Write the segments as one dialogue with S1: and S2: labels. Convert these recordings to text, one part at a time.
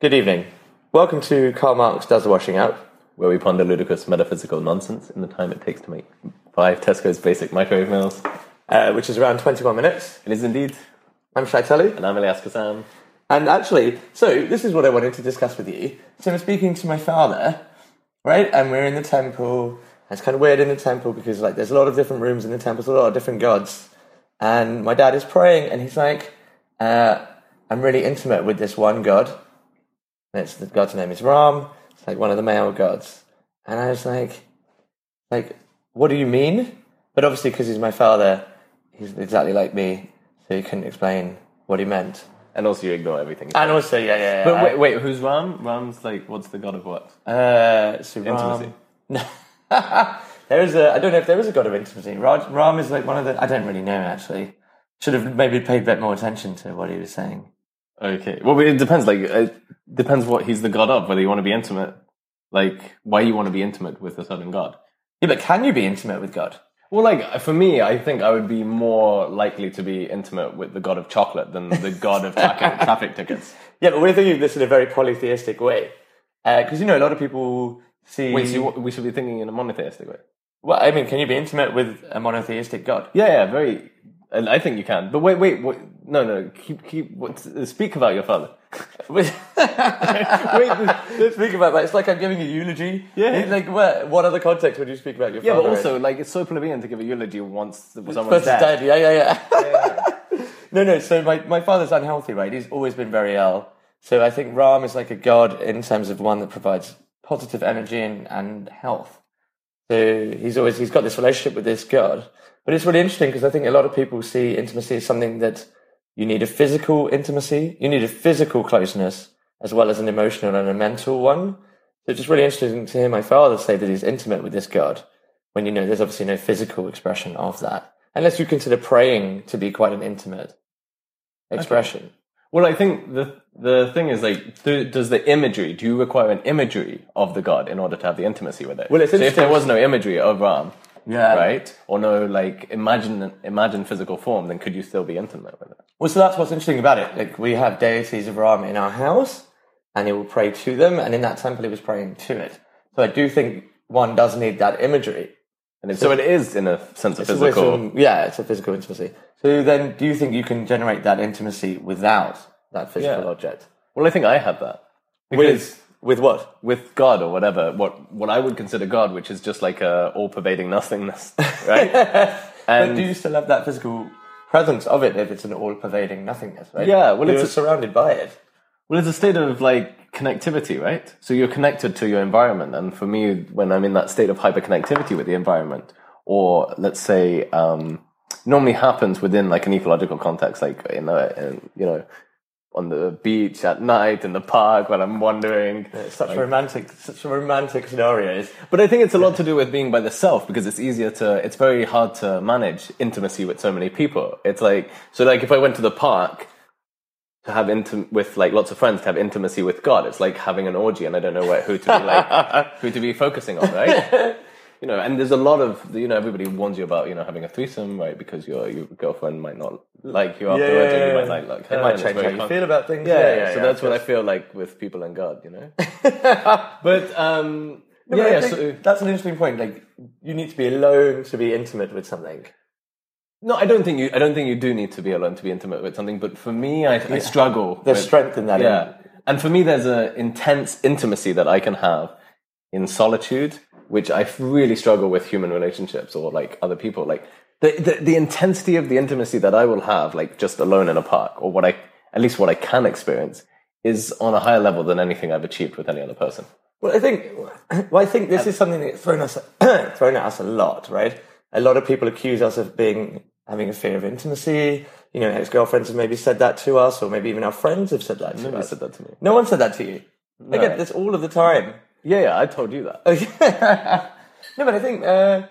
S1: Good evening. Welcome to Karl Marx Does the Washing Up.
S2: where we ponder ludicrous metaphysical nonsense in the time it takes to make five Tesco's basic microwave meals.
S1: Uh, which is around 21 minutes.
S2: It is indeed,
S1: I'm Shai Tully.
S2: and I'm Elias Kazam.
S1: And actually, so this is what I wanted to discuss with you. So I'm speaking to my father, right? And we're in the temple. It's kind of weird in the temple because like there's a lot of different rooms in the temple, there's a lot of different gods. And my dad is praying, and he's like, uh, "I'm really intimate with this one god. And it's the god's name is Ram. It's like one of the male gods." And I was like, "Like, what do you mean?" But obviously, because he's my father, he's exactly like me, so he couldn't explain what he meant.
S2: And also, you ignore everything.
S1: And also, Ah, yeah, yeah, yeah.
S2: but Uh, wait, wait, who's Ram? Ram's like, what's the god of what?
S1: uh, so Ram.
S2: Intimacy.
S1: there is a. I don't know if there is a god of intimacy. Raj, Ram is like one of the. I don't really know actually. Should have maybe paid a bit more attention to what he was saying.
S2: Okay, well, it depends. Like, it depends what he's the god of. Whether you want to be intimate, like, why you want to be intimate with a certain god.
S1: Yeah, but can you be intimate with God?
S2: Well, like for me, I think I would be more likely to be intimate with the god of chocolate than the god of traffic, traffic tickets.
S1: Yeah, but we're thinking of this in a very polytheistic way, because you know a lot of people see.
S2: Wait, so you, we should be thinking in a monotheistic way.
S1: well, I mean, can you be intimate with a monotheistic God?
S2: Yeah, yeah, very. And I think you can. But wait, wait, wait no, no, keep, keep. What, speak about your father.
S1: Wait, let's think about that. It's like I'm giving a eulogy.
S2: Yeah.
S1: It's like, what, what other context would you speak about your
S2: Yeah, but
S1: father in?
S2: also, like, it's so plebeian to give a eulogy once someone's
S1: Oh, First
S2: dead.
S1: dead. Yeah, yeah, yeah. no, no. So my, my father's unhealthy, right? He's always been very ill. So I think Ram is like a god in terms of one that provides positive energy and, and health. So he's always he's got this relationship with this god. But it's really interesting because I think a lot of people see intimacy as something that you need a physical intimacy, you need a physical closeness as well as an emotional and a mental one. So it's just really interesting to hear my father say that he's intimate with this god when you know there's obviously no physical expression of that, unless you consider praying to be quite an intimate expression.
S2: Well, I think the the thing is, like, th- does the imagery? Do you require an imagery of the god in order to have the intimacy with it?
S1: Well, it's
S2: so if there
S1: interesting-
S2: was no imagery of Ram,
S1: Yeah.
S2: right, or no like imagine imagine physical form, then could you still be intimate with it?
S1: Well, so that's what's interesting about it. Like we have deities of Ram in our house, and he will pray to them, and in that temple he was praying to it. So I do think one does need that imagery.
S2: And if, so it is in a sense of
S1: So there's
S2: physical.
S1: some- yeah, it's a physical intimacy. So then, do you think you can generate that intimacy without that physical
S2: Yeah.
S1: object?
S2: Well, I think I have that because.
S1: With with what?
S2: with God or whatever, what what I would consider God, which is just like a all pervading nothingness, right?
S1: but
S2: And-
S1: do you still have that physical presence of it if it's an all pervading nothingness, right?
S2: Yeah, well,
S1: You're
S2: it's a-
S1: surrounded by it.
S2: well, it's a state of like connectivity, right? So you're connected to your environment, and for me, when I'm in that state of hyperconnectivity with the environment, or let's say, um, normally happens within like an ecological context, like in, a, in you know, on the beach at night in the park when I'm wandering.
S1: It's such romantic, such romantic scenarios.
S2: But I think it's a lot to do with being by the self because it's easier to, it's very hard to manage intimacy with so many people. It's like, so like if I went to the park to have intim, with like lots of friends to have intimacy with God, it's like having an orgy and I don't know where, who to be like, who to be focusing on, right? You know, and there's a lot of, you know, everybody warns you about, you know, having a threesome, right? Because your, your girlfriend might not like you afterwards
S1: yeah,
S2: or
S1: yeah.
S2: you might like, like her.
S1: It might
S2: and it's
S1: change
S2: very
S1: how you
S2: con-
S1: feel about things.
S2: yeah, yeah, so that's what
S1: I.
S2: I feel like with people and God, you know. but um,
S1: Yeah,
S2: yeah,
S1: I
S2: yeah,
S1: think
S2: so,
S1: that's an interesting point. Like, you need to be alone to be intimate with something.
S2: no, I don't think you. I don't think you do need to be alone to be intimate with something. But for me, I, I struggle.
S1: There's
S2: with-
S1: strength in that.
S2: yeah, and for me, there's an intense intimacy that I can have in solitude, which I really struggle with human relationships or like other people. Like the, the the intensity of the intimacy that I will have, like just alone in a park, or what I at least what I can experience, is on a higher level than anything I've achieved with any other person.
S1: Well, I think, well, I think this is something that's thrown us thrown at us a lot, right? A lot of people accuse us of being having a fear of intimacy. You know, ex girlfriends have maybe said that to us, or maybe even our friends have said that to
S2: Nobody
S1: us.
S2: said that to me.
S1: No one said that to you. I get this all of the time.
S2: Yeah, yeah, I told you that.
S1: no, but I think, uh,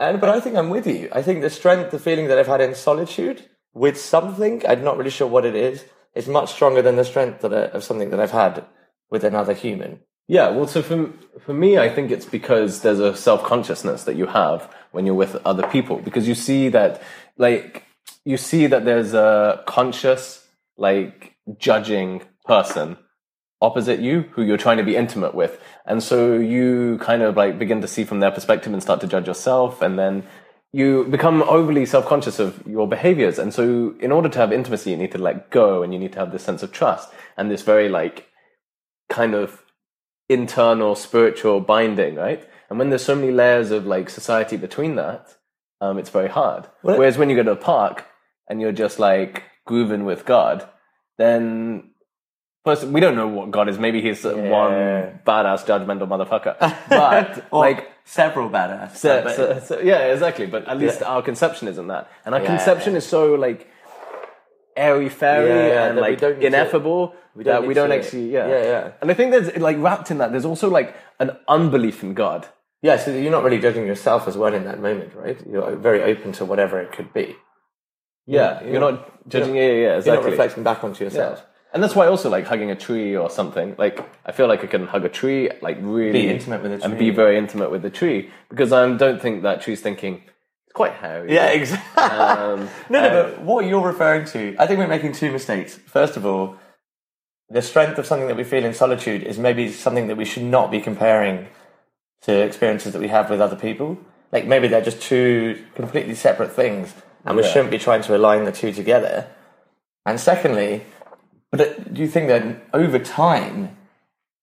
S1: and but I think I'm with you. I think the strength, the feeling that I've had in solitude with something, I'm not really sure what it is, is much stronger than the strength that I, of something that I've had with another human.
S2: Yeah, well, so for for me, I think it's because there's a self consciousness that you have when you're with other people because you see that, like, you see that there's a conscious, like, judging person opposite you who you're trying to be intimate with. And so you kind of like begin to see from their perspective and start to judge yourself. And then you become overly self conscious of your behaviors. And so, in order to have intimacy, you need to let go and you need to have this sense of trust and this very like kind of internal spiritual binding, right? And when there's so many layers of like society between that, um, it's very hard.
S1: Well,
S2: Whereas when you go to a park and you're just like grooving with God, then first we don't know what God is. Maybe he's uh one
S1: Yeah.
S2: badass judgmental motherfucker. But
S1: Or
S2: like
S1: several badass.
S2: so-
S1: but-
S2: so- so- yeah, exactly. But at least our conception isn't that, and our conception is so like airy fairy
S1: Yeah,
S2: and
S1: that we
S2: like
S1: don't need to-
S2: ineffable
S1: don't
S2: that
S1: need
S2: we don't
S1: to-
S2: actually. Yeah.
S1: Yeah, yeah.
S2: And I think there's like wrapped in that. There's also like an unbelief in God.
S1: yeah, so you're not really judging yourself as well in that moment, right? You're very open to whatever it could be.
S2: Yeah,
S1: you're
S2: you're
S1: not-
S2: not judging. Yeah, yeah, yeah,
S1: You're
S2: exactly.
S1: not reflecting back onto yourself.
S2: And that's why also like hugging a tree or something. Like I feel like I can hug a tree, like really
S1: Be intimate with a
S2: and
S1: tree.
S2: be very intimate with the tree because I don't think that tree's thinking it's quite hairy.
S1: exactly.
S2: Um,
S1: No, no, but what you're referring to, I think we're making two mistakes. First of all, the strength of something that we feel in solitude is maybe something that we should not be comparing to experiences that we have with other people. Like maybe they're just two completely separate things, and we
S2: Yeah.
S1: shouldn't be trying to align the two together. And secondly, but it- do you think that over time,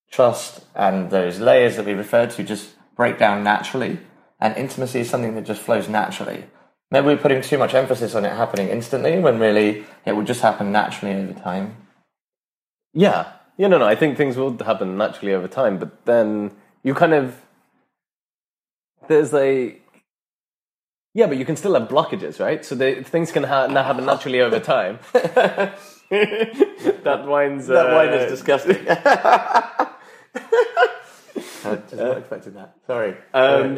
S1: trust and those layers that we refer to just break down naturally, and intimacy is something that just flows naturally? Maybe we're putting too much emphasis on it happening instantly when really it will just happen naturally over time.
S2: Yeah. Yeah, no, no. I think things will happen naturally over time, but then you kind of there's like yeah, but you can still have blockages, right? So they, things can ha- now happen naturally over time. that wine's uh,
S1: disgusting. I just not expecting that. Sorry.
S2: Um,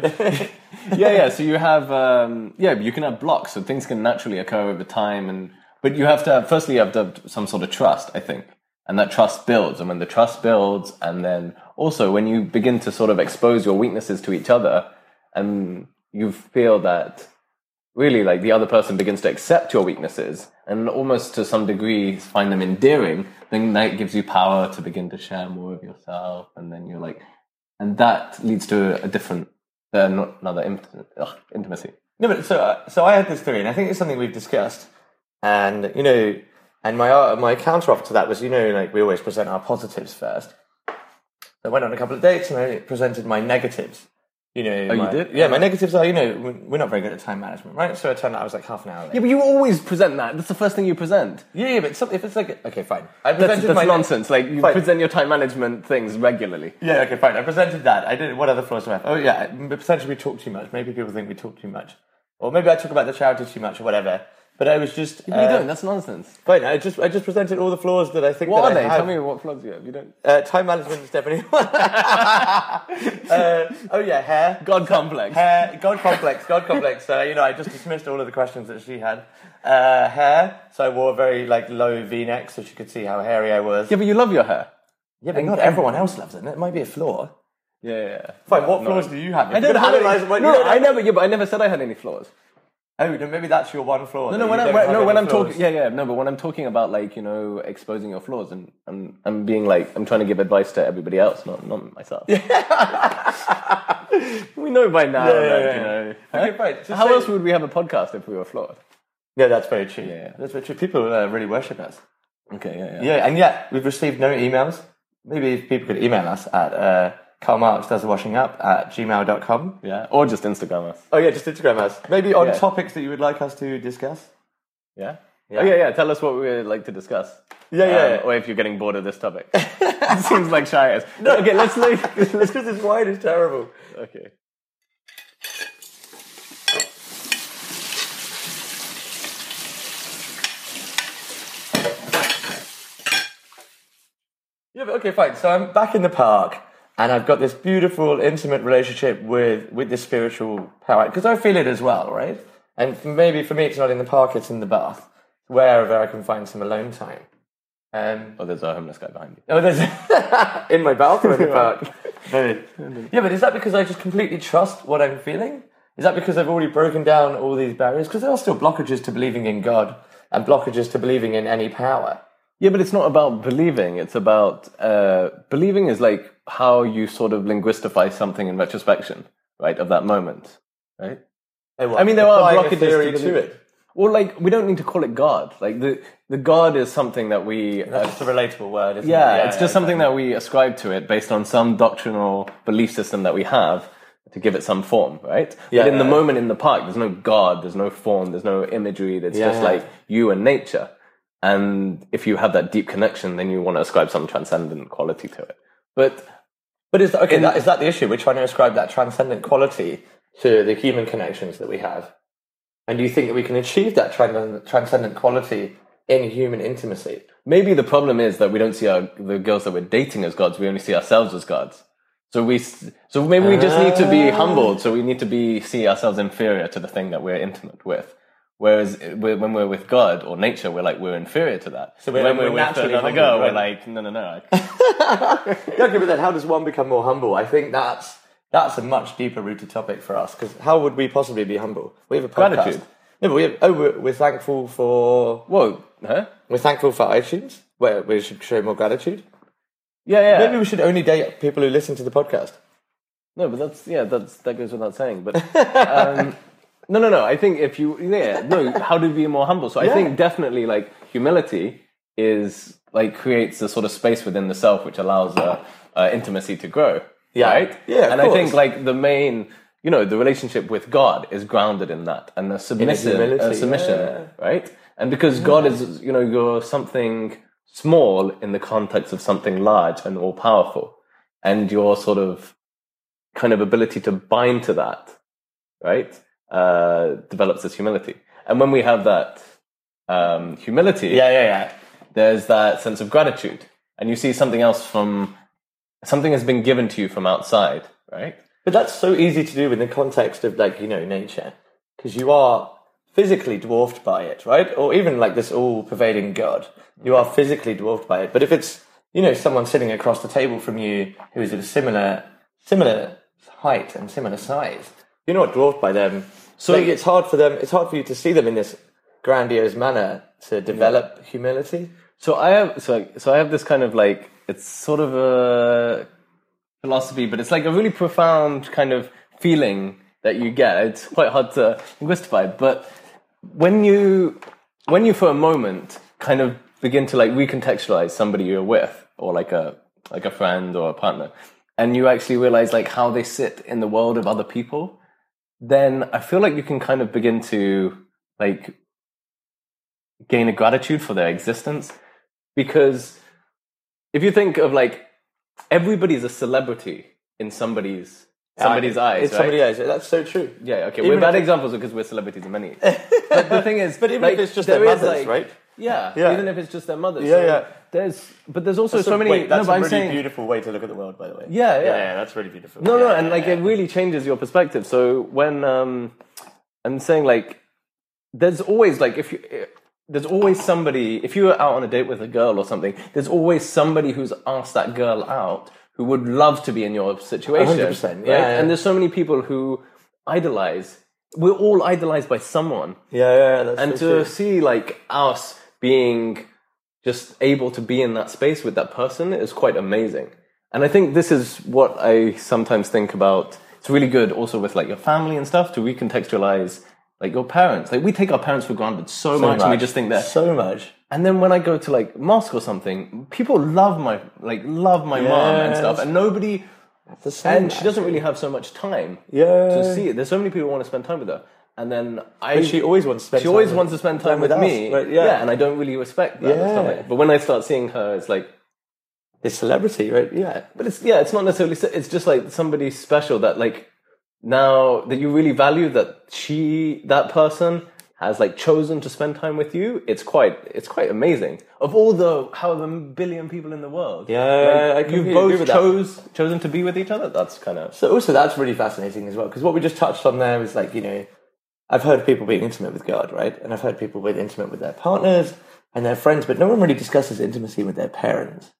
S2: yeah, yeah. So you have um, yeah, you can have blocks, so things can naturally occur over time, and but you have to have, firstly you have to have some sort of trust, I think, and that trust builds, and when the trust builds, and then also when you begin to sort of expose your weaknesses to each other, and you feel that really like the other person begins to accept your weaknesses and almost to some degree find them endearing then that gives you power to begin to share more of yourself and then you're like and that leads to a different uh, not another int- ugh, intimacy
S1: No, but so uh, so I had this theory, and I think it's something we've discussed. And you know, and my uh, my counter offer to that was, you know, like we always present our positives first. I went on a couple of dates, and I presented my negatives. You know, oh,
S2: you did?
S1: Yeah, my negatives are, you know, we- we're not very good at time management, right? So I turned out I was like half an hour late.
S2: yeah but you always present that that's the first thing you present
S1: Yeah, yeah, but some, if it's like okay, fine. I
S2: that's,
S1: presented
S2: that's
S1: my
S2: nonsense like you
S1: Fine.
S2: present your time management things regularly
S1: Yeah, okay, fine. I presented that. I did. What other flaws do I have? Oh yeah, m- potentially we talk too much. Maybe people think we talk too much, or maybe I talk about the charity too much, or whatever. But I was just
S2: what are you
S1: uh,
S2: doing that's nonsense
S1: fine. I just I just presented all the flaws that I think.
S2: what
S1: that
S2: are
S1: I
S2: they
S1: Have.
S2: tell me what flaws you have you don't
S1: Uh, time management is definitely. uh, oh yeah, hair.
S2: god complex
S1: Hair, God complex, God complex. So you know, I just dismissed all of the questions that she had. Uh, hair. So I wore a very like low V-neck, so she could see how hairy I was.
S2: yeah but you love your hair
S1: Yeah, but not everyone else loves it. It might be a flaw.
S2: yeah, yeah, yeah.
S1: Fine, what flaws do you have?
S2: I don't have
S1: analyze
S2: any, no, I never. Yeah, but I never said I had any flaws.
S1: Oh, then maybe that's your one flaw.
S2: No, no, when I'm when, no, when I'm talking, yeah, yeah, no, but when I'm talking about like you know exposing your flaws and I'm I'm being like I'm trying to give advice to everybody else, not not myself. we know by now
S1: yeah,
S2: that
S1: yeah.
S2: you know.
S1: Okay, fine. Just
S2: How
S1: say-
S2: else would we have a podcast if we were flawed?
S1: No, that's very true.
S2: yeah.
S1: That's very true. People uh, really worship us.
S2: Okay, yeah, yeah.
S1: Yeah, and yet we've received no emails. Maybe if people could email us at uh, Karl Marx does the washing up at gmail.com.
S2: Yeah, or just Instagram us.
S1: Oh, yeah, just Instagram us. Maybe on
S2: Yeah.
S1: topics that you would like us to discuss.
S2: Yeah? Oh, yeah, yeah. Tell us what we'd like to discuss.
S1: Yeah,
S2: Um,
S1: yeah.
S2: or if you're getting bored of this topic. it seems like shy No, okay, let's leave.
S1: It's Um, because this wine is terrible.
S2: okay.
S1: Yeah, but okay, fine. So I'm back in the park, and I've got this beautiful, intimate relationship with with this spiritual power because I feel it as well, right? And f- maybe for me, it's not in the park; it's in the bath, wherever I can find some alone time. Um,
S2: Oh, there's a homeless guy behind you.
S1: oh, there's in my bathroom in the park. yeah, but is that because I just completely trust what I'm feeling? Is that because I've already broken down all these barriers? Because there are still blockages to believing in God and blockages to believing in any power.
S2: Yeah, but it's not about believing. It's about uh, believing is like how you sort of linguistify something in retrospection, right, of that moment, right?
S1: Oh,
S2: I mean, there are
S3: Applying a
S2: blockages
S3: theory
S2: to,
S3: to
S2: belief.
S3: it.
S2: Well, like we don't need to call it God. Like the the God is something that we uh,
S1: That's just a relatable word, isn't
S2: yeah,
S1: it?
S2: it's just something that we ascribe to it based on some doctrinal belief system that we have to give it some form, right?
S3: Yeah,
S2: but in the
S3: yeah.
S2: moment in the park, there's no God, there's no form, there's no imagery. It's just
S1: yeah.
S2: like you and nature. And if you have that deep connection, then you want to ascribe some transcendent quality to it. But
S1: But is that, okay, that, is that the issue? We're trying to ascribe that transcendent quality to the human connections that we have. And do you think that we can achieve that tran- transcendent quality in human intimacy?
S2: maybe the problem is that we don't see our, the girls that we're dating as gods. We only see ourselves as gods. So we, s- so maybe we just need to be humbled. So we need to be see ourselves inferior to the thing that we're intimate with. Whereas uh, we- when we're with God or nature, we're like we're inferior to that. So
S1: we're-
S2: when
S1: we're
S2: we're, with
S1: naturally
S2: another
S1: humbled,
S2: girl,
S1: right?
S2: we're like no, no, no.
S1: Yeah, okay, but then how does one become more humble? I think that's that's a much deeper rooted topic for us because how would we possibly be humble? We have a podcast.
S2: Gratitude.
S1: No, but we have, oh, we're, we're thankful for
S2: Whoa, huh?
S1: we're thankful for iTunes. Where we should show more gratitude.
S2: Yeah, yeah.
S1: Maybe we should only date people who listen to the podcast.
S2: No, but that's yeah, that's that goes without saying. But um, no, no, no. I think if you yeah, no, how do you be more humble? So I think definitely like humility is like creates the sort of space within the self which allows uh, uh, intimacy to grow.
S1: Yeah.
S2: right.
S1: Yeah, of
S2: and I think
S1: course.
S2: like the main. You know, the relationship with God is grounded in that and the submissive
S1: humility,
S2: uh, submission, right? And because God is, you know, you're something small in the context of something large and all powerful, and your sort of kind of ability to bind to that, right, uh, develops this humility. And when we have that um, humility,
S1: yeah, yeah.
S2: there's that sense of gratitude, and you see something else from something has been given to you from outside, right?
S1: But that's so easy to do in the context of like you know nature, because you are physically dwarfed by it, right? Or even like this all-pervading God, you are physically dwarfed by it. But if it's you know someone sitting across the table from you who is of a similar similar height and similar size, you're not dwarfed by them. So it's hard for them. It's hard for you to see them in this grandiose manner to develop humility.
S2: So I have so so I have this kind of like it's sort of a philosophy, but it's like a really profound kind of feeling that you get. It's quite hard to linguistify, but when you when you for a moment kind of begin to like recontextualize somebody you're with or like a like a friend or a partner, and you actually realize like how they sit in the world of other people, then I feel like you can kind of begin to like gain a gratitude for their existence because if you think of like everybody's a celebrity in somebody's somebody's eyes
S1: Ah, It's
S2: right?
S1: somebody else. That's so true.
S2: yeah okay
S1: Even
S2: we're bad
S1: if-
S2: examples because we're celebrities in many but the thing is
S1: But even if it's just
S2: there
S1: their
S2: is,
S1: mothers,
S2: like-
S1: right?
S2: yeah,
S1: Yeah.
S2: even if it's just their mothers
S1: Yeah,
S2: so
S1: yeah.
S2: there's but there's also so
S1: a-
S2: many
S1: wait, that's
S2: no, but
S1: a
S2: I'm
S1: really
S2: saying,
S1: beautiful way to look at the world, by the way.
S2: Yeah, yeah.
S1: that's really beautiful.
S2: No, no,
S1: Yeah,
S2: and like
S1: yeah,
S2: it really changes your perspective. So when um, I'm saying like, there's always like if you. there's always somebody if you were out on a date with a girl or something there's always somebody who's asked that girl out who would love to be in your situation
S1: 100%,
S2: right?
S1: yeah, yeah.
S2: and there's so many people who idolize we're all idolized by someone
S1: yeah, yeah, yeah, that's
S2: and
S1: so
S2: to
S1: true.
S2: see like us being just able to be in that space with that person is quite amazing and i think this is what i sometimes think about it's really good also with like your family and stuff to recontextualize like your parents like we take our parents for granted so, much, and we just think that
S1: so much.
S2: and then when i go to like mosque or something people love my like love my mom and
S1: Yes.
S2: stuff and nobody
S1: The same.
S2: and she doesn't really have so much time
S1: Yeah.
S2: to see it. There's so many people who want to spend time with her, and then I.
S1: she always wants to spend
S2: She always
S1: time
S2: wants to
S1: with-
S2: spend time
S1: time
S2: with,
S1: with us,
S2: me.
S1: right, yeah.
S2: and I don't really respect that. or
S1: Yeah.
S2: something. But when I start seeing her, it's like,
S1: This celebrity, right? Yeah.
S2: but it's yeah, it's not necessarily. se- It's just like somebody special that like now that you really value that she that person has like chosen to spend time with you. It's quite it's quite amazing. Of all the however billion people in the world,
S1: Yeah, I
S2: like, you
S1: completely agree
S2: both
S1: with that.
S2: chose chosen to be with each other. That's kind of
S1: So also that's really fascinating as well because what we just touched on there is like you know, I've heard people being intimate with God, right? And I've heard people being intimate with their partners and their friends, but no one really discusses intimacy with their parents.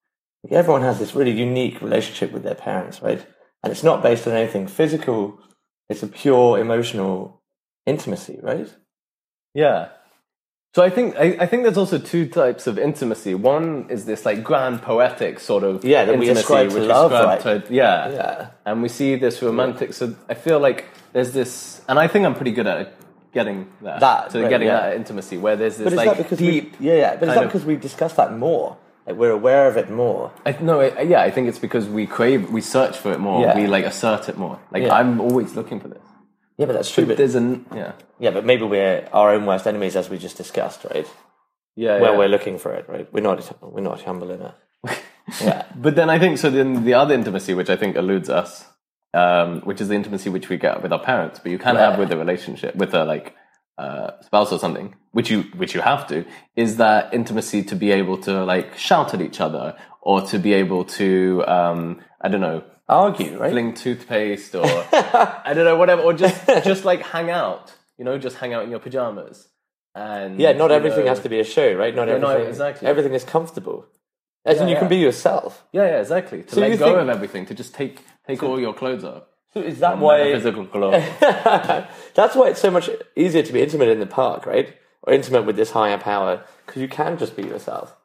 S1: Like, everyone has this really unique relationship with their parents, right? And it's not based on anything physical; it's a pure emotional intimacy, right?
S2: yeah. So I think I, I think there's also two types of intimacy. One is this like grand poetic sort of
S1: Yeah, that we
S2: intimacy,
S1: ascribe to
S2: which is
S1: love,
S2: ascribed
S1: right?
S2: to- yeah.
S1: Yeah.
S2: and we see this romantic. So I feel like there's this, and I think I'm pretty good at getting that,
S1: That,
S2: to
S1: right,
S2: getting
S1: yeah.
S2: that intimacy where there's this
S1: But is
S2: like
S1: that because
S2: deep.
S1: We, yeah, yeah. But is
S2: kind
S1: that
S2: of-
S1: because we discuss that more? Like we're aware of it more.
S2: I, no, I, yeah, I think it's because we crave, we search for it more,
S1: Yeah.
S2: we like assert it more. Like
S1: Yeah.
S2: I'm always looking for this.
S1: Yeah, but that's true. But,
S2: There's an yeah,
S1: yeah, but maybe we're our own worst enemies, as we just discussed, right?
S2: yeah,
S1: Where
S2: yeah.
S1: we're looking for it, right? We're not. We're not humble enough. yeah.
S2: But then I think so. Then the other intimacy, which I think eludes us, um, which is the intimacy which we get with our parents, but you can
S1: Yeah.
S2: have with a relationship, with a like uh, spouse or something, which you which you have to, is that intimacy to be able to like shout at each other or to be able to um, I don't know
S1: Argue, right?
S2: fling toothpaste or I don't know whatever, or just just like hang out, you know, just hang out in your pajamas. And
S1: yeah. Not everything
S2: has to.
S1: has to be a show, right? Not
S2: no,
S1: everything.
S2: exactly.
S1: Everything is comfortable, as in
S2: Yeah,
S1: you can
S2: yeah.
S1: be yourself.
S2: Yeah, yeah, exactly. To
S1: So you
S2: let go
S1: think-
S2: of everything, to just take take all your clothes off.
S1: So is that why?
S2: Physical clothes.
S1: that's why it's so much easier to be intimate in the park, right? Or intimate with this higher power, because you can just be yourself.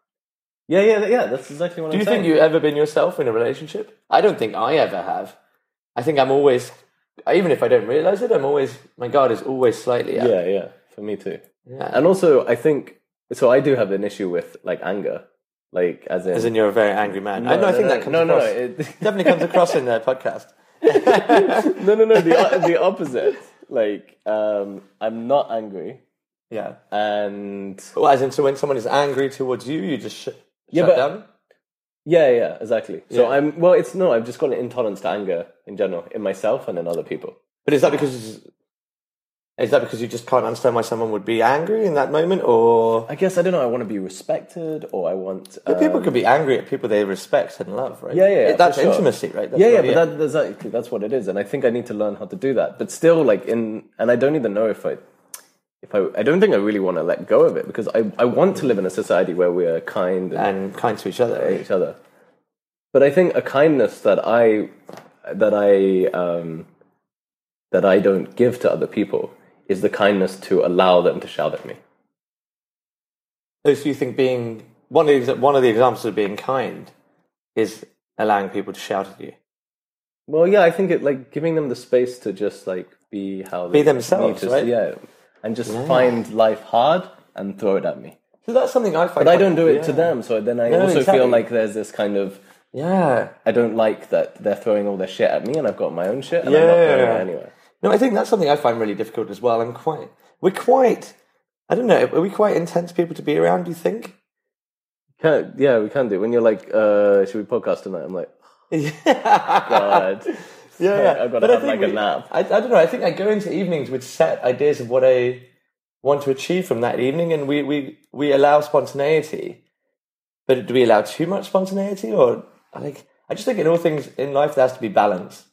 S2: yeah, yeah, yeah. That's exactly what
S1: Do
S2: I'm
S1: you
S2: saying.
S1: think you've ever been yourself in a relationship? I don't think I ever have. I think I'm always, even if I don't realize it, I'm always, my guard is always slightly up.
S2: yeah, yeah. For me too.
S1: Yeah.
S2: And also, I think so. I do have an issue with like anger, like as in. Uh,
S1: As in, you're a very angry man. I, no, I think that comes
S2: no, no,
S1: across.
S2: it,
S1: definitely comes across in their podcast.
S2: no, no, no. The the opposite. Like, um, I'm not angry,
S1: Yeah.
S2: and
S1: Well, as in, so when someone is angry towards you, you just sh-
S2: Yeah,
S1: shut
S2: but-
S1: down?
S2: yeah, yeah, exactly. So
S1: Yeah.
S2: I'm well. It's no. I've just got an intolerance to anger in general, in myself and in other people.
S1: But is that because... Is that because you just can't understand why someone would be angry in that moment, or
S2: I guess I don't know. I want to be respected, or I want
S1: But people could be angry at people they respect and love, right?
S2: Uh, Yeah, yeah, yeah,
S1: that's
S2: for sure.
S1: intimacy, right? That's
S2: yeah, yeah,
S1: what-
S2: but that, that's exactly that's what it is, and I think I need to learn how to do that. But still, like in, and I don't even know if I, if I, I don't think I really want to let go of it because I, I want to live in a society where we are kind and
S1: and kind to each other.
S2: to each other. But I think a kindness that I, that I, um, that I don't give to other people is the kindness to allow them to shout at me.
S1: So you think being one of the, one of the examples of being kind is allowing people to shout at you,
S2: Well, yeah, I think it like giving them the space to just like be how they
S1: Be themselves,
S2: need to-
S1: right?
S2: Yeah, and just find life hard and throw it at me.
S1: so that's something I find.
S2: But I don't do it to them, so then I
S1: No,
S2: also
S1: exactly.
S2: feel like there's this kind of
S1: Yeah,
S2: I don't like that they're throwing all their shit at me, and I've got my own shit, and I'm not throwing
S1: yeah.
S2: it anywhere.
S1: No, I think that's something I find really difficult as well. I'm quite. We're quite. I don't know. Are we quite intense people to be around? Do you think?
S2: Can, yeah, we can do. When you're like, uh, should we podcast tonight? I'm like, God,
S1: Yeah, yeah.
S2: I've got
S1: But
S2: to
S1: I
S2: have
S1: think
S2: like a
S1: we-
S2: nap.
S1: I, I don't know. I think I go into evenings with set ideas of what I want to achieve from that evening, and we we we allow spontaneity. But do we allow too much spontaneity, or like I just think in all things in life there has to be balance.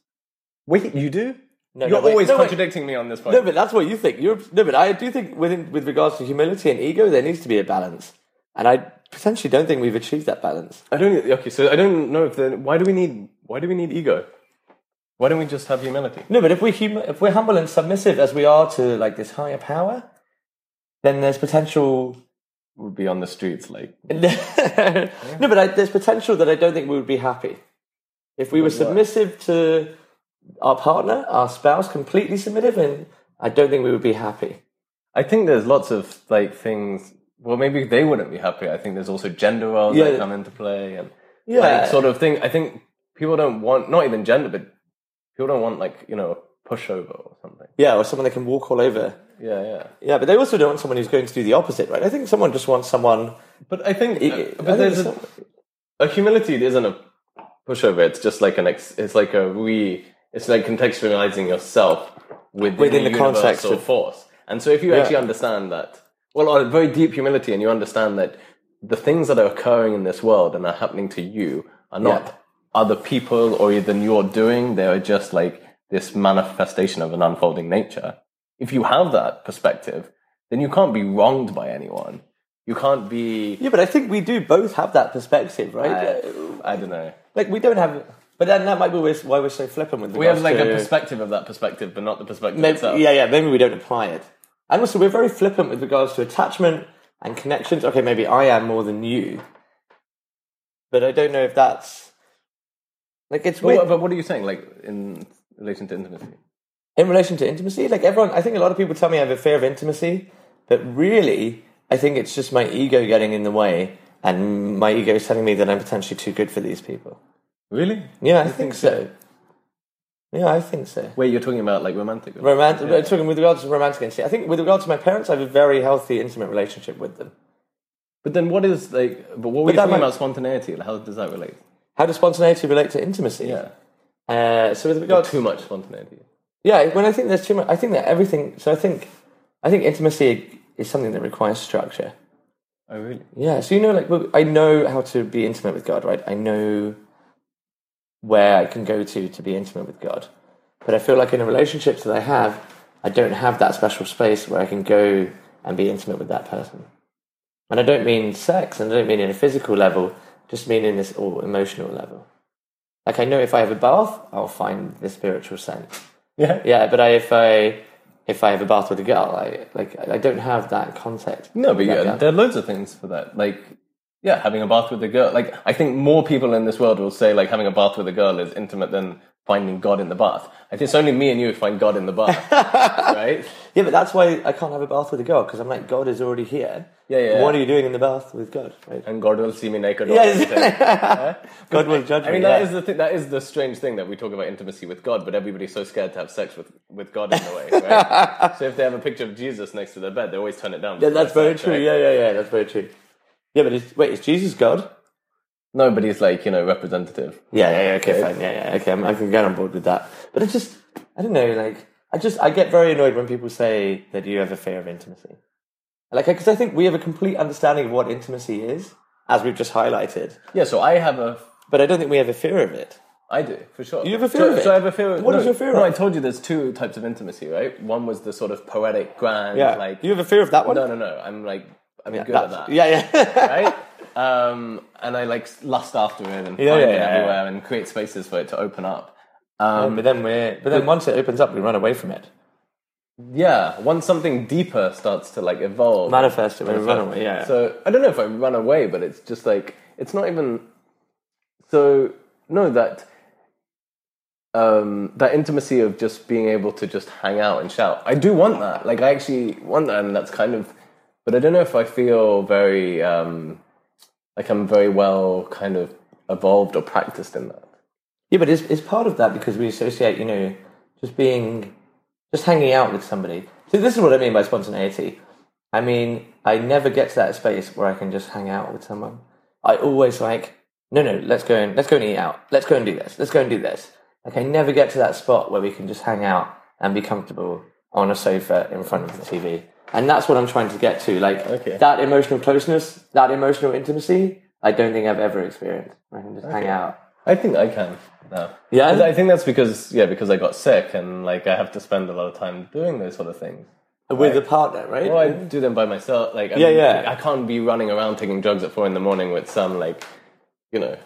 S2: Wait, you do?
S1: No,
S2: you're
S1: no, wait,
S2: always
S1: no, wait.
S2: contradicting me on this point.
S1: No, but that's what you think. You're, no, but I do think within, with regards to humility and ego, there needs to be a balance, and I potentially don't think we've achieved that balance.
S2: I don't. Okay, so I don't know if then why do we need why do we need ego? Why don't we just have humility?
S1: No, but if we're hum- if we're humble and submissive as we are to like this higher power, then there's potential
S2: We'll be on the streets like
S1: no, but I, there's potential that I don't think we would be happy if we were submissive to our partner, our spouse, completely submissive, and I don't think we would be happy.
S2: I think there's lots of like things. Well, maybe they wouldn't be happy. I think there's also gender roles
S1: Yeah.
S2: that come into play and
S1: Yeah,
S2: like sort of thing. I think people don't want not even gender, but people don't want like you know pushover or something.
S1: yeah, or someone that can walk all over.
S2: Yeah, yeah.
S1: Yeah, but they also don't want someone who's going to do the opposite, right? I think someone just wants someone.
S2: But I think uh,
S1: I
S2: but
S1: think
S2: there's a,
S1: some-
S2: a humility isn't a pushover. It's just like an ex, it's like a we. It's like contextualizing yourself within,
S1: Within
S2: the
S1: the context
S2: of
S1: of-
S2: force. And so if you actually understand that, well, or very deep humility, and you understand that the things that are occurring in this world and are happening to you are not
S1: Yeah.
S2: other people or than you're doing. They are just like this manifestation of an unfolding nature. If you have that perspective, then you can't be wronged by anyone. You can't be
S1: yeah, but I think we do both have that perspective, right?
S2: Uh, I, I don't know.
S1: like we don't have, but then that might be why we're- why we're so flippant with.
S2: We have like
S1: regards
S2: a
S1: to-
S2: perspective of that perspective, but not the perspective
S1: Maybe,
S2: itself.
S1: yeah, yeah. Maybe we don't apply it. And also, we're very flippant with regards to attachment and connections. Okay, maybe I am more than you, but I don't know if that's like it's
S2: But,
S1: weird.
S2: what- but what are you saying, like in relation to intimacy?
S1: in relation to intimacy, like everyone, I think a lot of people tell me I have a fear of intimacy, but really, I think it's just my ego getting in the way, and my ego is telling me that I'm potentially too good for these people.
S2: Really?
S1: Yeah, I think so. Yeah, I think so.
S2: Wait, you're talking about like romantic?
S1: Romantic, talking with regards to romantic intimacy, I think with regards to my parents, I have a very healthy, intimate relationship with them.
S2: But then, what is like? But what were
S1: that
S2: you talking
S1: might-
S2: about spontaneity? Like, how does that relate?
S1: How does spontaneity relate to intimacy?
S2: Yeah,
S1: Uh, so with regards,
S2: too much spontaneity.
S1: yeah, when I think there's too much, I think that everything. So I think, I think intimacy is something that requires structure.
S2: Oh, really?
S1: Yeah, so you know, like well, I know how to be intimate with God, right? I know where I can go to to be intimate with God, but I feel like in the relationships that I have, I don't have that special space where I can go and be intimate with that person. And I don't mean sex, and I don't mean in a physical level. Just mean in this or emotional level. Like I know if I have a bath, I'll find the spiritual sense.
S2: Yeah.
S1: Yeah, but I, if I if I have a bath with a girl, I like I don't have that context.
S2: No, but yeah,
S1: yeah.
S2: there are loads of things for that. Like, yeah, having a bath with a girl. Like, I think more people in this world will say like having a bath with a girl is intimate than finding God in the bath. I think it's only me and you who find God in the bath, right?
S1: Yeah, but that's why I can't have a bath with a girl because I'm like, God is already here.
S2: Yeah, yeah.
S1: What are you doing in the bath with God? Right?
S2: And God will see me naked. or
S1: Yes.
S2: something. Yeah?
S1: God will judge
S2: I mean,
S1: me.
S2: that
S1: yeah.
S2: is the thing, that is the strange thing that we talk about intimacy with God, but everybody's so scared to have sex with, with God in a way, right? so if they have a picture of Jesus next to their bed, they always turn it down.
S1: Yeah, that's very true. Yeah, yeah, yeah. That's very true. Yeah, but is, wait, is Jesus God?
S2: No, but he's like you know representative.
S1: Yeah, yeah, yeah. Okay, fine. Yeah, yeah. Okay, I'm, I can get on board with that. But it's just, I don't know. Like, I just, I get very annoyed when people say that you have a fear of intimacy. Like, because I think we have a complete understanding of what intimacy is, as we've just highlighted.
S2: Yeah, so I have a
S1: But I don't think we have a fear of it.
S2: I do, for sure. You
S1: have a fear
S2: so,
S1: of it?
S2: So I have a fear of
S1: What
S2: no,
S1: is your fear
S2: No,
S1: of?
S2: I told you there's two types of intimacy, right? One was the sort of poetic, grand,
S1: Yeah.
S2: like.
S1: you have a fear of that one?
S2: no, no, no. I'm like, I'm good at
S1: That's-
S2: that.
S1: Yeah, yeah.
S2: Right? Um, and I like lust after it and
S1: Yeah,
S2: find
S1: yeah,
S2: it
S1: yeah, yeah.
S2: everywhere and create spaces for it to open up.
S1: Um, but then we but then once it opens up, we run away from it.
S2: Yeah, once something deeper starts to like evolve.
S1: Manifest it, we run away. Yeah.
S2: So I don't know if I run away, but it's just like it's not even. So no, that um, that intimacy of just being able to just hang out and shout. I do want that. Like I actually want that, and that's kind of. But I don't know if I feel very um, like I'm very well kind of evolved or practiced in that.
S1: yeah, but it's, it's part of that because we associate, you know, just being, just hanging out with somebody. So this is what I mean by spontaneity. I mean, I never get to that space where I can just hang out with someone. I always like, no, no, let's go and let's go and eat out. Let's go and do this. Let's go and do this. Like I never get to that spot where we can just hang out and be comfortable on a sofa in front of the TV. And that's what I'm trying to get to. Like
S2: Okay.
S1: that emotional closeness, that emotional intimacy. I don't think I've ever experienced. I can just hang out.
S2: I think I can now.
S1: Yeah?
S2: And I think that's because yeah, because I got sick and like I have to spend a lot of time doing those sort of things.
S1: with a partner, right?
S2: Well, I do them by myself. Like, I
S1: Yeah,
S2: mean,
S1: yeah.
S2: I can't be running around taking drugs at four in the morning with some like, you know,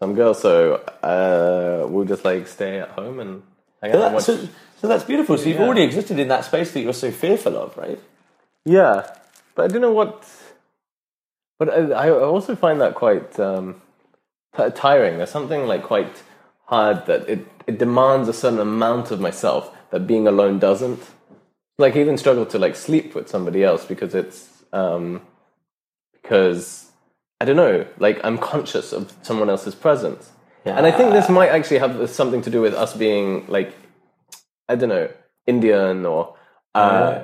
S2: some girl. So uh, we'll just like stay at home and hang out.
S1: That-
S2: and watch.
S1: so, so that's beautiful. So you've
S2: Yeah.
S1: already existed in that space that you're so fearful of, right?
S2: yeah, but I don't know what. But I, I also find that quite um, t- tiring. There's something like quite hard that it it demands a certain amount of myself that being alone doesn't. Like I even struggle to like sleep with somebody else because it's um, because I don't know. Like I'm conscious of someone else's presence, and I think this might actually have something to do with us being like I don't know Indian or uh,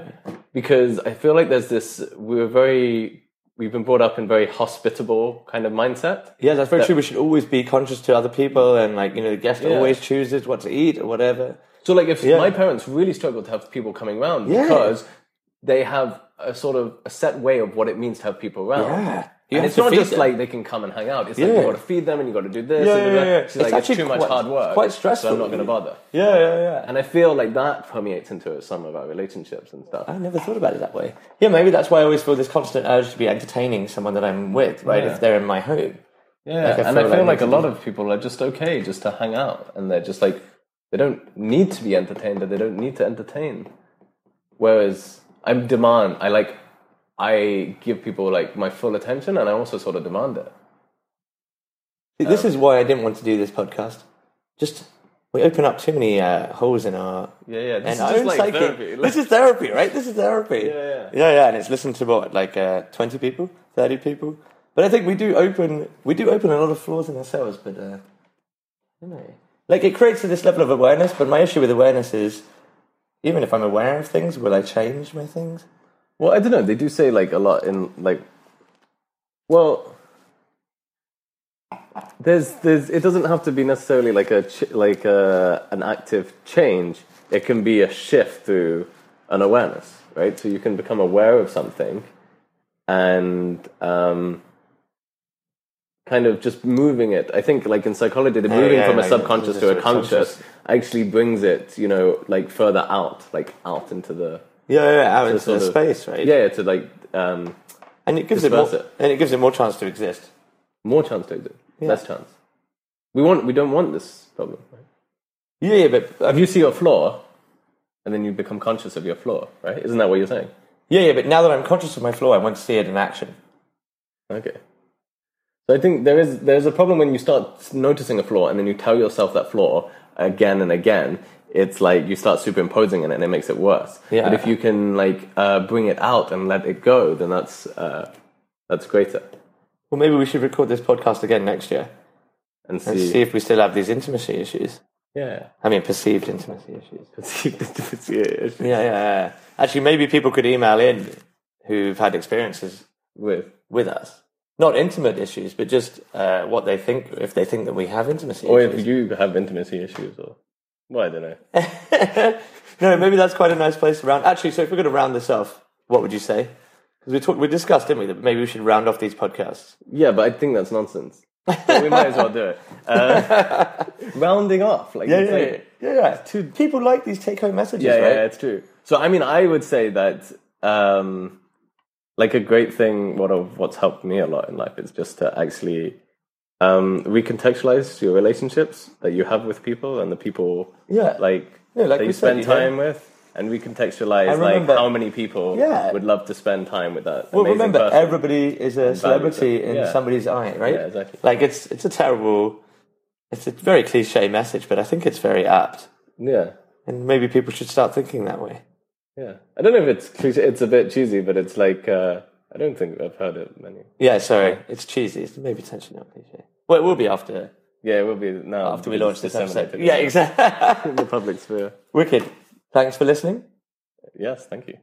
S2: because I feel like there's this we were very we've been brought up in very hospitable kind of mindset.
S1: Yeah, that's very true. We should always be conscious to other people, and like you know, the guest always chooses what to eat or whatever.
S2: So like if my parents really struggle to have people coming round
S1: Yeah.
S2: because they have a sort of a set way of what it means to have people round.
S1: Yeah. You
S2: And
S1: have
S2: it's
S1: to
S2: not
S1: feed
S2: just
S1: them.
S2: like they can come and hang out. It's like
S1: Yeah.
S2: you got to feed them and you got to do this.
S1: Yeah,
S2: and
S1: yeah, yeah. It's
S2: She's like it's
S1: actually
S2: too much
S1: quite-
S2: hard
S1: it's
S2: work.
S1: quite stressful,
S2: So I'm not going to
S1: really.
S2: bother.
S1: Yeah, yeah, yeah.
S2: And I feel like that permeates into some of our relationships and stuff.
S1: I never thought about it that way. Yeah, maybe that's why I always feel this constant urge to be entertaining someone that I'm with, right? If they're in my home.
S2: Yeah,
S1: Like, I
S2: and I
S1: feel
S2: feel
S1: like
S2: like,
S1: I
S2: a
S1: need
S2: lot of people are just okay just to hang out, and they're just like they don't need to be entertained, or they don't need to entertain. Whereas I demand, I like, I give people like my full attention and I also sort of demand it.
S1: This is why I didn't want to do this podcast. Just we open up too many uh, holes in our
S2: Yeah, yeah. This
S1: and
S2: is
S1: our
S2: just
S1: own
S2: like
S1: psyche.
S2: therapy.
S1: This is therapy, right? This is therapy.
S2: yeah.
S1: yeah, yeah. And it's listened to what, like uh, twenty people, thirty people. But I think we do open we do open a lot of flaws in ourselves. But uh, I don't know. Like it creates this level of awareness. But my issue with awareness is, even if I'm aware of things, will I change my things?
S2: Well, I don't know. They do say like a lot in like. Well, there's there's it doesn't have to be necessarily like a ch- like a an active change. It can be a shift through an awareness, right? So you can become aware of something, and um, kind of just moving it. I think like in psychology, the moving
S1: Oh, yeah,
S2: from a
S1: like,
S2: subconscious to a
S1: just a conscious-
S2: conscious actually brings it, you know, like further out, like out into the
S1: Yeah, yeah, yeah out into
S2: sort
S1: the
S2: of-
S1: space, right?
S2: yeah, yeah to like um,
S1: and it gives it more
S2: disperse it.
S1: and it gives it more chance to exist.
S2: more chance to exit, less chance. We want, we don't want this problem. Right?
S1: Yeah, yeah, but uh,
S2: If you see your flaw, and then you become conscious of your flaw, right? Isn't that what you're saying?
S1: yeah, yeah, but now that I'm conscious of my flaw, I want to see it in action.
S2: Okay. So I think there is there is a problem when you start noticing a flaw, and then you tell yourself that flaw again and again. It's like you start superimposing it, and it makes it worse.
S1: Yeah.
S2: But if you can like uh, bring it out and let it go, then that's uh, that's greater.
S1: Well, maybe we should record this podcast again next year
S2: And see,
S1: and see if we still have these intimacy issues.
S2: yeah.
S1: I mean, perceived intimacy issues.
S2: yeah.
S1: Yeah, yeah, yeah. Actually, maybe people could email in who've had experiences
S2: With
S1: with us. Not intimate issues, but just uh, what they think, if they think that we have intimacy
S2: Or
S1: issues.
S2: if you have intimacy issues, or well, I don't know.
S1: no, maybe that's quite a nice place to round. Actually, so if we're going to round this off, what would you say? Because we, talked- we discussed, didn't we, that maybe we should round off these podcasts.
S2: Yeah, but I think that's nonsense. But we might as well do it. Uh, rounding off, like it's like-
S1: yeah, yeah. People like these take-home messages,
S2: yeah,
S1: right?
S2: yeah, it's true. So I mean, I would say that um, like a great thing, what of what's helped me a lot in life is just to actually um, recontextualize your relationships that you have with people and the people
S1: Yeah.
S2: like
S1: No, like
S2: that
S1: we
S2: you
S1: said,
S2: spend
S1: you know.
S2: time with. And recontextualize
S1: remember-
S2: like how many people
S1: Yeah.
S2: would love to spend time with that.
S1: Well,
S2: amazing
S1: remember,
S2: person.
S1: everybody is a celebrity in
S2: yeah.
S1: somebody's eye, right?
S2: Yeah, exactly.
S1: Like it's it's a terrible, it's a very cliche message, but I think it's very apt,
S2: yeah,
S1: and maybe people should start thinking that way.
S2: Yeah, I don't know if it's cliche. It's a bit cheesy, but it's like uh, I don't think I've heard it many.
S1: Yeah, sorry, it's cheesy. It's maybe intentional cliche. Well, it will be after
S2: Yeah, it will be now
S1: after we launch this episode. Yeah,
S2: Yeah,
S1: exactly.
S2: in the public sphere.
S1: Wicked. Thanks for listening.
S2: Yes, thank you.